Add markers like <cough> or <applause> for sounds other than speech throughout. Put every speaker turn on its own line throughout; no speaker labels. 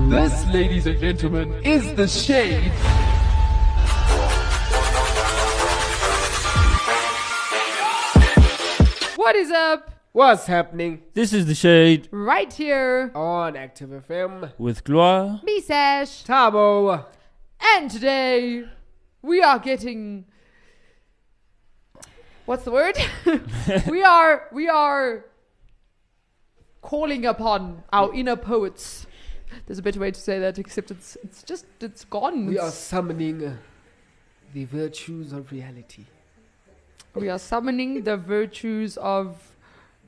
This, ladies and gentlemen, is the shade.
What is up?
What's happening
This is The Shade
Right here,
on Active FM?
with Gloire.
me Sash,
Tabo.
and today we are getting. What's the
<laughs>
word? we are we are calling upon our inner poets. There's a better way to say that, except it's it's just it's gone.
We are
It's-
summoning uh, the virtues of reality.
we are summoning the virtues of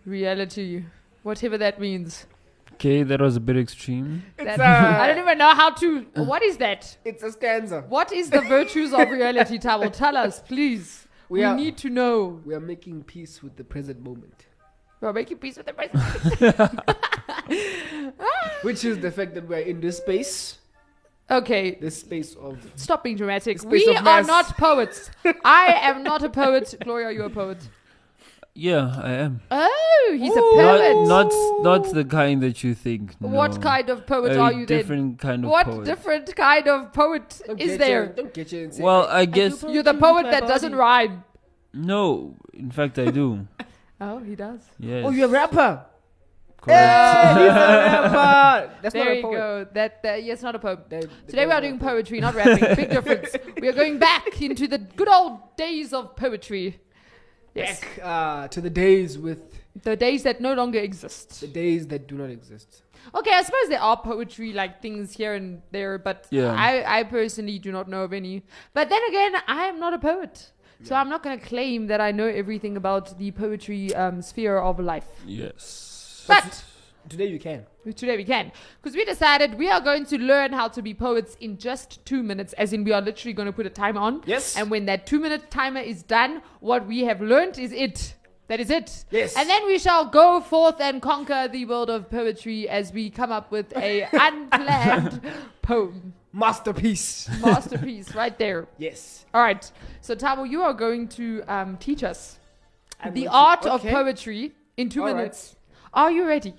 reality, whatever that means.
Okay, that was a bit extreme.
That,
uh,
I don't even know how to. What is that?
It's a stanza.
What is the virtues of reality, Tabo? <laughs> Tell us, please. We,
We are-
need to know.
We are making peace with the present moment,
We're making peace with the <laughs> present.
which is the fact that we are in this space,
Okay,
this space of.
stop being dramatic.
The
We
space
are
of mass.
not <laughs> poets. I am not a poet. Gloria, you're a poet.
Yeah, I am.
Oh, he's a poet.
Not, not, s- not the kind that you think. No.
what kind of poet
a
are you then?
different kind of
What
poet.
different kind of poet
Don't
is
get
there?
your- don't get your insane.
well, I guess
You're the poet that doesn't rhyme.
no. In fact, I
<laughs>
do.
Oh, he does.
yes.
oh, you're a rapper.
correct.
Hey, <laughs> he's a rapper. That's
There
not a
you
poet.
go. That, that yes, not a poet.
That-
Today we
that-
are doing poetry, not rapping. Big difference. We are going back into the good old days of poetry. Yes.
Back uh, to the days with
The days that no longer exist.
the days that do not exist.
Okay, I suppose there are poetry like things here and there, but
Yeah.
I, I personally do not know of any. But then again, I am not a poet. So I'm not going to claim that I know everything about the poetry um, sphere of life.
Yes.
But
Today you can.
today we can because we decided we are going to learn how to be poets in just two minutes as in we are literally going to put a timer on
Yes.
and when that two minute timer is done what we have learned is it that is it
Yes.
and then we shall go forth and conquer the world of poetry as we come up
<laughs>
with a unplanned poem
Masterpiece.
masterpiece right there
Yes.
all right so tabo you are going to um, teach us
I'm
the
going to-
art of
okay.
poetry in two
All right.
minutes are you ready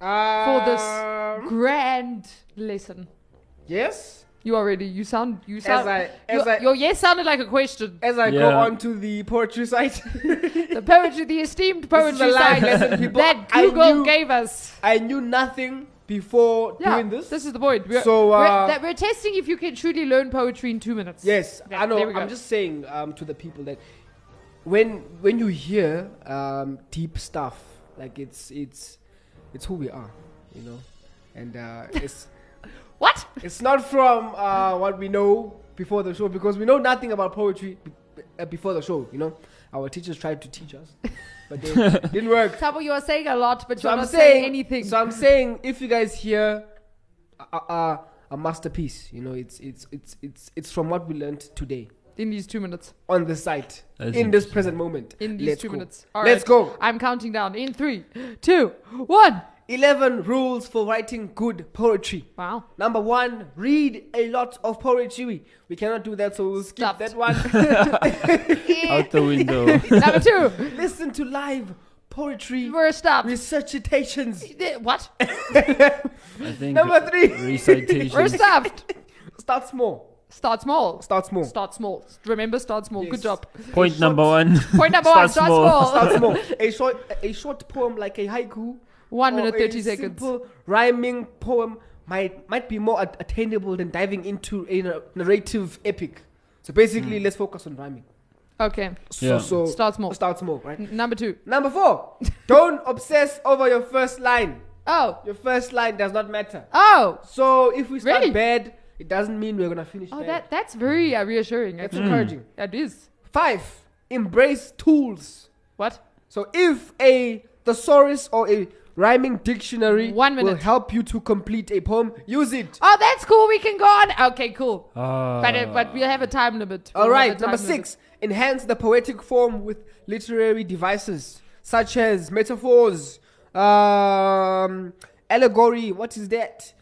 for this
Um,
grand lesson
Yes.
You are ready. You sound. You sound.
I-
your,
as I-
your yes sounded like a question.
As I go
Yeah.
on to the poetry site,
The poetry, the
is
esteemed
a
poetry
live
site
lesson, people.
that
I
Google
knew-
gave us.
<laughs> I knew nothing before
Yeah,
doing this.
is the point. We're,
So,
we're,
uh,
that we're testing if you can truly learn poetry in two minutes.
yes,
Okay,
I know.
there we go.
I'm just saying um, to the people that when when you hear um, deep stuff, like it's it's it's who we are, you know, and uh, it's
<laughs> What?
it's not from uh, what we know before the show because we know nothing about poetry b- b- uh, before the show. You know, our teachers tried to teach us, but
<laughs>
they didn't work.
Tabo, you are saying a lot, but
So
you're
I'm
not
saying
anything.
So I'm saying if you guys hear a, a- a, a masterpiece, you know, it's it's it's it's it's from what we learned today
in these two minutes.
on the site
That's
in this present moment.
In these
Let's
two
go.
minutes.
Let's
right.
go.
I'm counting down. In three, two, one.
Eleven rules for writing good poetry. <laughs>
Wow. <laughs>
Number one, read a lot of poetry. We cannot do that, so we'll skip
Stopped.
that one.
<laughs>
Out the window.
Number two.
Listen to live poetry
We're stopped.
recitations.
what?
I think
Number three.
Recitation.
<laughs>
We're stuffed.
Start small.
Start small.
Start small.
Start small. Remember, start small. Good
Yes.
job.
<laughs> Point number one.
Point number one, start
Start
small.
small.
<laughs> Start small. a short a short poem like a haiku
One
or
minute,
a
30 seconds.
Oh, Simple rhyming poem might might be more at- attainable than diving into a nar- narrative epic. So basically, let's focus on rhyming.
Okay.
So,
Yeah.
so
Start small. Mm.
Start small, right?
N- number two.
Number four, don't obsess over your first line.
Oh.
Your first line does not matter.
Oh.
So if we start
Really?
bad, it doesn't mean we're gonna finish
Oh,
bad.
that, that's very uh, reassuring.
That's
actually.
encouraging.
That is.
Five, embrace tools.
What?
So if a thesaurus or a rhyming dictionary
One
will
minute.
help you to complete a poem, use it.
Oh, that's cool. We can go on. Okay, cool.
Ah.
<laughs> but, uh, but we'll have a time limit.
All
We'll have
right,
a
number
time limit.
six, enhance the poetic form with literary devices such as metaphors, um, allegory. What is that?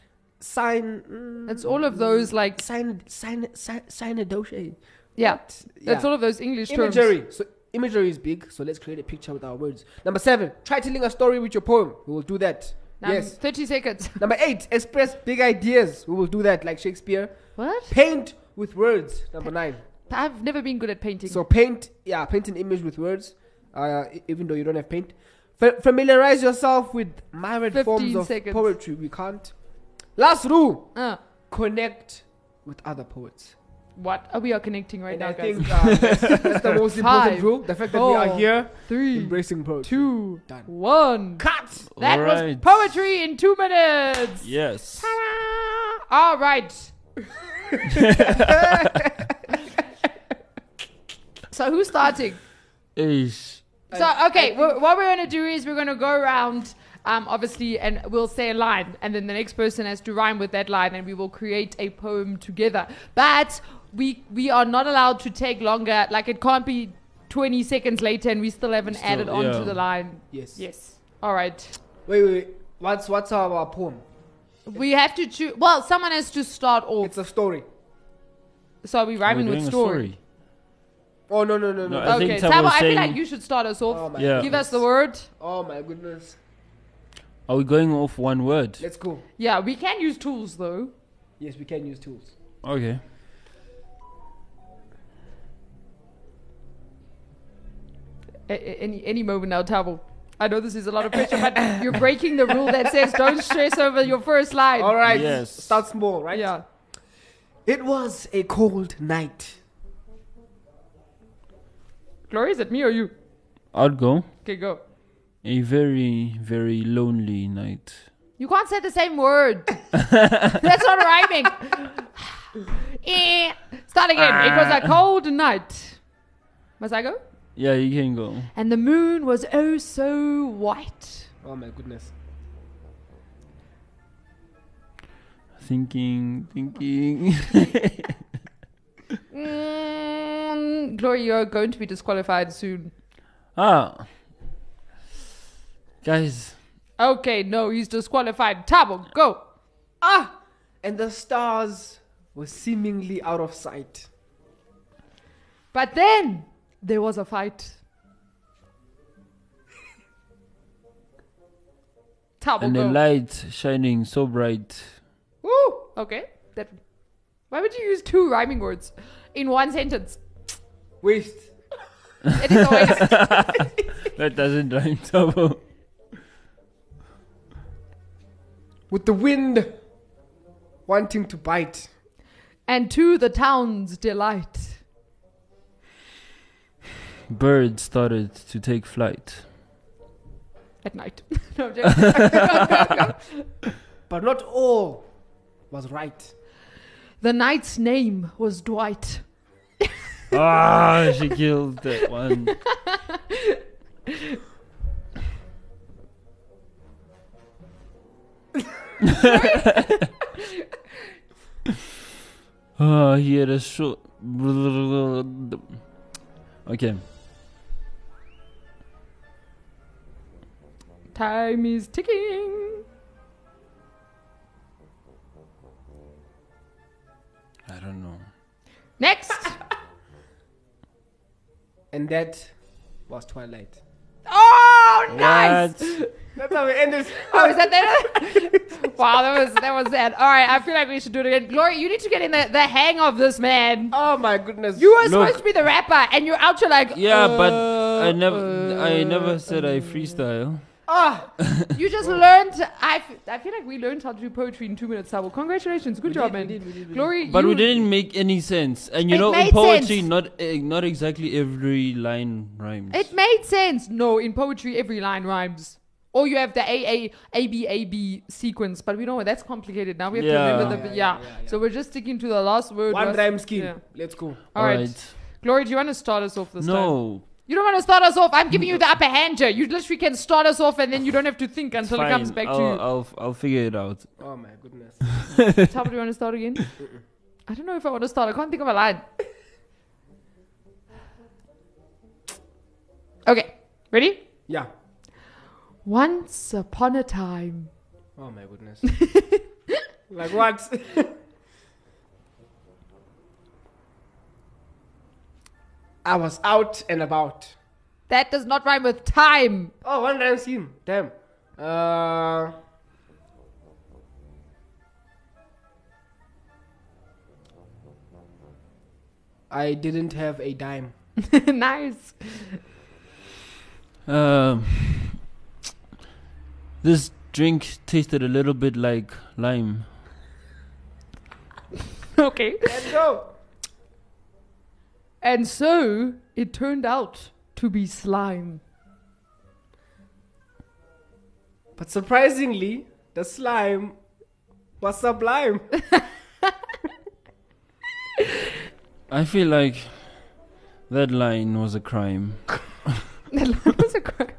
Sign. mm,
It's all of those, like,
Sign. Sign. Sign. Signadoche.
yeah.
What?
That's
Yeah.
all of those English terms.
Imagery. So imagery is big. So let's create a picture with our words. Number seven, try telling a story with your poem. We will do that.
Now,
Yes.
30 seconds. <laughs>
Number eight, express big ideas. We will do that like Shakespeare.
What?
Paint with words. Number nine.
I've never been good at painting.
So paint, yeah, paint an image with words, uh, e- even though you don't have paint. F- familiarize yourself with myriad
15
forms of
seconds.
poetry. We can't. Last rule:
Uh,
connect with other poets.
what? Oh, we are connecting right
and
now,
I
guys.
think uh, that's, that's
<laughs>
the most important
Five,
rule: the fact that we are
four,
here
Three,
embracing poetry.
two,
Done.
one.
Cut.
That was
Alright.
poetry in two minutes.
Ah. Yes.
Ta-da! <laughs> All right. so who's starting?
Ish.
So okay, wh- what we're gonna do is we're gonna go around, um, obviously, and we'll say a line, and then the next person has to rhyme with that line, and we will create a poem together. But we we are not allowed to take longer. Like it can't be twenty seconds later, and we still haven't
Still,
added on
yeah.
to the line.
Yes.
Yes. All right.
Wait, wait, wait. What's what's our poem?
We have to choose. Well, someone has to start off.
It's a story.
So are we
We're
rhyming with
doing a
story?
Oh no no no no.
No, I
Okay,
think Tabo
Tabo,
was
I feel
saying-
like you should start us
oh
off.
my.
Yeah.
Give us the word.
Oh my goodness.
Are we going off one word?
Let's go.
Yeah, we can use tools though.
Yes, we can use tools.
Okay.
A- a- any any moment now, Tabo. I know this is a lot of pressure, but
<coughs>
you're breaking the rule that says don't stress over your first line.
All right.
Yes.
Start small, right?
Yeah.
It was a cold night.
Glory, is it me or you?
I'd go.
Okay, go.
A very, very lonely night.
You can't say the same
<laughs>
word. That's not rhyming. <sighs> Eh. Start again. It was
Ah.
a cold night. Must I go?
Yeah, you can go.
And the moon was oh so white.
Oh my goodness.
Thinking, thinking. <laughs>
Mm, Glory, you're going to be disqualified soon.
ah. Guys,
Okay, no, he's disqualified. Tabo, go.
Ah! And the stars were seemingly out of sight.
But then there was a fight. Tabo,
and
go.
a light shining so bright.
Woo! Okay. That. Why would you use two rhyming words in one sentence?
Wait.
It is always.
That doesn't <laughs> rhyme, Tabo.
With the wind wanting to bite.
and to the town's delight.
Birds started to take flight.
At night. <laughs> no, I'm joking.
But not all was right.
the knight's name was Dwight.
ah, she killed that one. Ah, he had a short. Okay.
Time is ticking.
I don't know.
Next.
And that was Twilight.
Oh, nice.
What?
That's how we end this. <laughs>
Oh, is that that? <laughs> wow, that was that was sad. All right, I feel like we should do it again. Glory, you need to get in the, the hang of this, man.
Oh my goodness.
You were
Look.
supposed to be the rapper, and you're out. You're like,
Yeah, but
uh,
I never, I never said I
uh,
freestyle.
Ah!
You
<laughs>
just learned. I, f- I feel like we learned how to do poetry in two minutes. Sabo. Congratulations, good job, man. Glory,
But we
you-
didn't make any sense. And you
It
know, in
made
poetry,
sense.
not eh, not exactly every line rhymes.
It made sense. No, in poetry, every line rhymes. Or you have the A A A B A B sequence, but we know that's complicated. Now we have
Yeah.
to remember
Yeah,
the yeah,
yeah, yeah, yeah.
So we're just sticking to the last word.
One
was-
rhyme scheme.
yeah.
Let's go.
All right. Glory, do you want to start us off this time?
No.
You don't want to start us off. I'm giving you the upper hand here. You literally can start us off, and then you don't have to think until it
Fine,
comes back
I'll, uh,
to you.
I'll I'll figure it out.
Oh my goodness.
Tabo, do you want to start
<laughs>
again? I don't know if I want to start. I can't think of a line. Okay, ready?
Yeah.
Once upon a time.
Oh my goodness. like what? I was out and about.
That does not rhyme with time. <laughs>
Oh, one rhyme scheme. Damn. Uh, I didn't have a dime.
nice.
Um, this drink tasted a little bit like lime.
Okay.
Let's go.
And so it turned out to be slime.
But surprisingly, the slime was sublime.
I feel like that line was a crime.
That was a crime.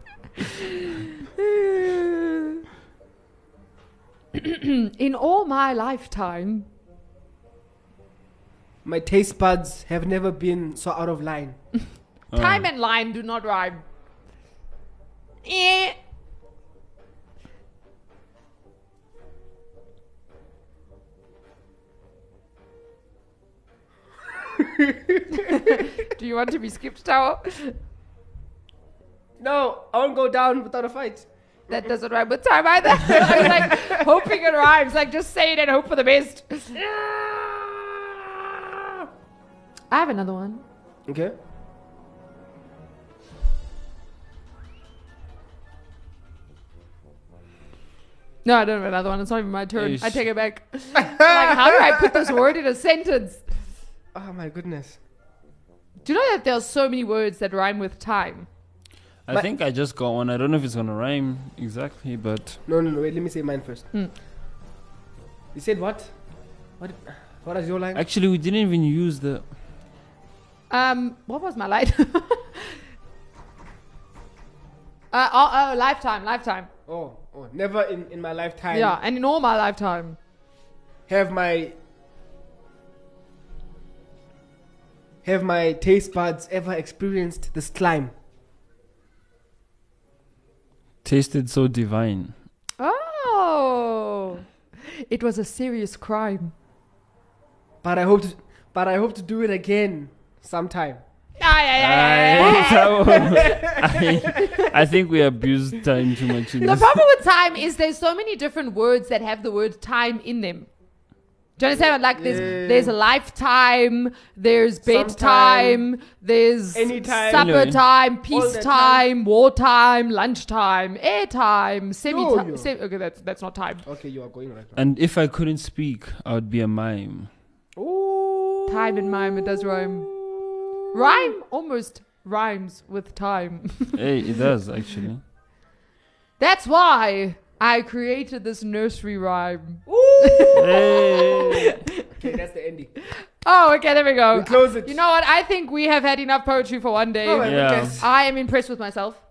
<coughs> In all my lifetime,
My taste buds have never been so out of line.
Uh,
time and line do not rhyme. Eh. do you want to be skipped, Tower?
No, I won't go down without a fight.
That doesn't rhyme with time either. <laughs> I was like hoping it rhymes. Like just say it and hope for the best. I have another one.
Okay.
No, I don't have another one. It's not even my turn.
Ish.
I take it back. like, how do I put this word in a sentence?
Oh my goodness.
Do you know that there are so many words that rhyme with time?
I
but-
think I just got one. I don't know if it's gonna rhyme exactly, but
No, no, no. Wait, let me say mine first.
Mm.
You said what? Hmm. What? What is your line?
actually we didn't even use the.
Um, what was my light? <laughs> uh, oh, oh, lifetime, lifetime.
oh, oh, never in, in my lifetime
yeah, and in all my lifetime.
have my have my taste buds ever experienced the slime.
Tasted so divine.
Oh, it was a serious crime.
But I hope to, but I hope to do it again sometime.
Ay, ay, ay, ay, ay.
<laughs> I, I think we abused time too much in
The
this.
problem with time is there's so many different words that have the word time in them. Do you understand? Like
Yeah.
there's there's lifetime, there's bedtime,
Sometime.
there's
Anytime.
supper
Anyway.
time, peace
the
time, war time, lunchtime, air time, semi
No,
time.
yo.
okay, that's that's not time.
Okay, you are going right now.
And if I couldn't speak, I would be a mime.
Ooh.
Time and mime, it does rhyme. Rhyme almost rhymes with time. <laughs>
hey, it does actually.
that's why I created this nursery rhyme.
Hey.
<laughs> Okay, that's the ending.
Oh, okay, there we go.
We close it.
You know what? I think we have had enough poetry for one day.
Oh, my
Yeah.
goodness.
I am impressed with myself.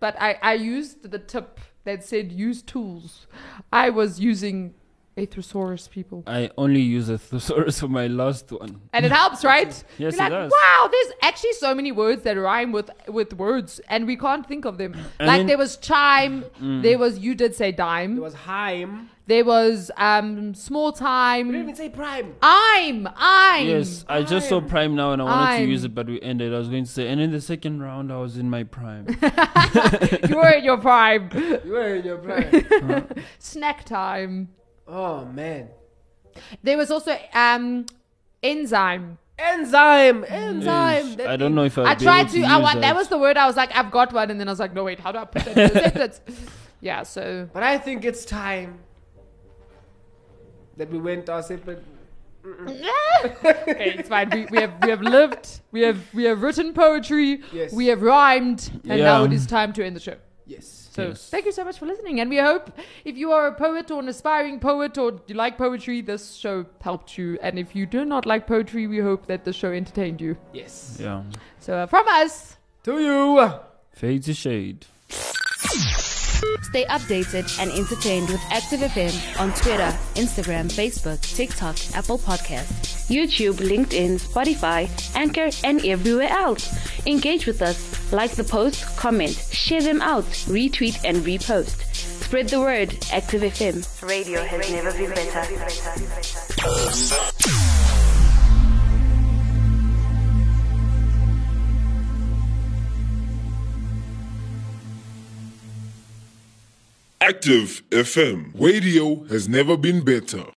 But I, I used the tip that said use tools. I was using a thesaurus, people.
I only use a thesaurus for my last one.
And
<laughs>
it helps, right?
Yes,
You're
it
like,
does.
Wow, there's actually so many words that rhyme with with words, and we can't think of them.
And
like
then- Mm.
there was chime, there was you did say dime,
It was Haim.
there was um small
You didn't
time.
even say prime.
I'm, I'm. <laughs>
Yes, I just saw Prime now and I wanted
I'm-
to use it, but we ended. I was going to say, and in the second round, I was in my
<laughs>
prime.
you were in your prime.
You were in your
<laughs>
prime.
snack time.
oh man.
There was also um enzyme.
Enzyme. Enzyme.
Ish.
that
I
thing.
don't know if I'd
I
be
tried
able
to.
to
I
Oh, use
want, that
that.
was the word I was like, I've got one, and then I was like, no wait, how do I put that? in a
<laughs>
sentence? yeah. So
But I think it's time that we went our separate.
okay, it's fine. We, we have we have lived. We have we have written poetry.
Yes.
We have rhymed, and
Yeah.
now it is time to end the show.
Yes.
So
Yes.
thank you so much for listening, and we hope if you are a poet or an aspiring poet or you like poetry, this show helped you. And if you do not like poetry, we hope that the show entertained you.
Yes.
yeah.
So uh, from us.
To you.
Fade to shade.
Stay updated and entertained with Active FM on Twitter, Instagram, Facebook, TikTok, Apple Podcasts, YouTube, LinkedIn, Spotify, Anchor, and everywhere else. Engage with us, like the post, comment, share them out, retweet, and repost. Spread the word, Active FM. Radio has never been better.
Active FM. Radio has never been better.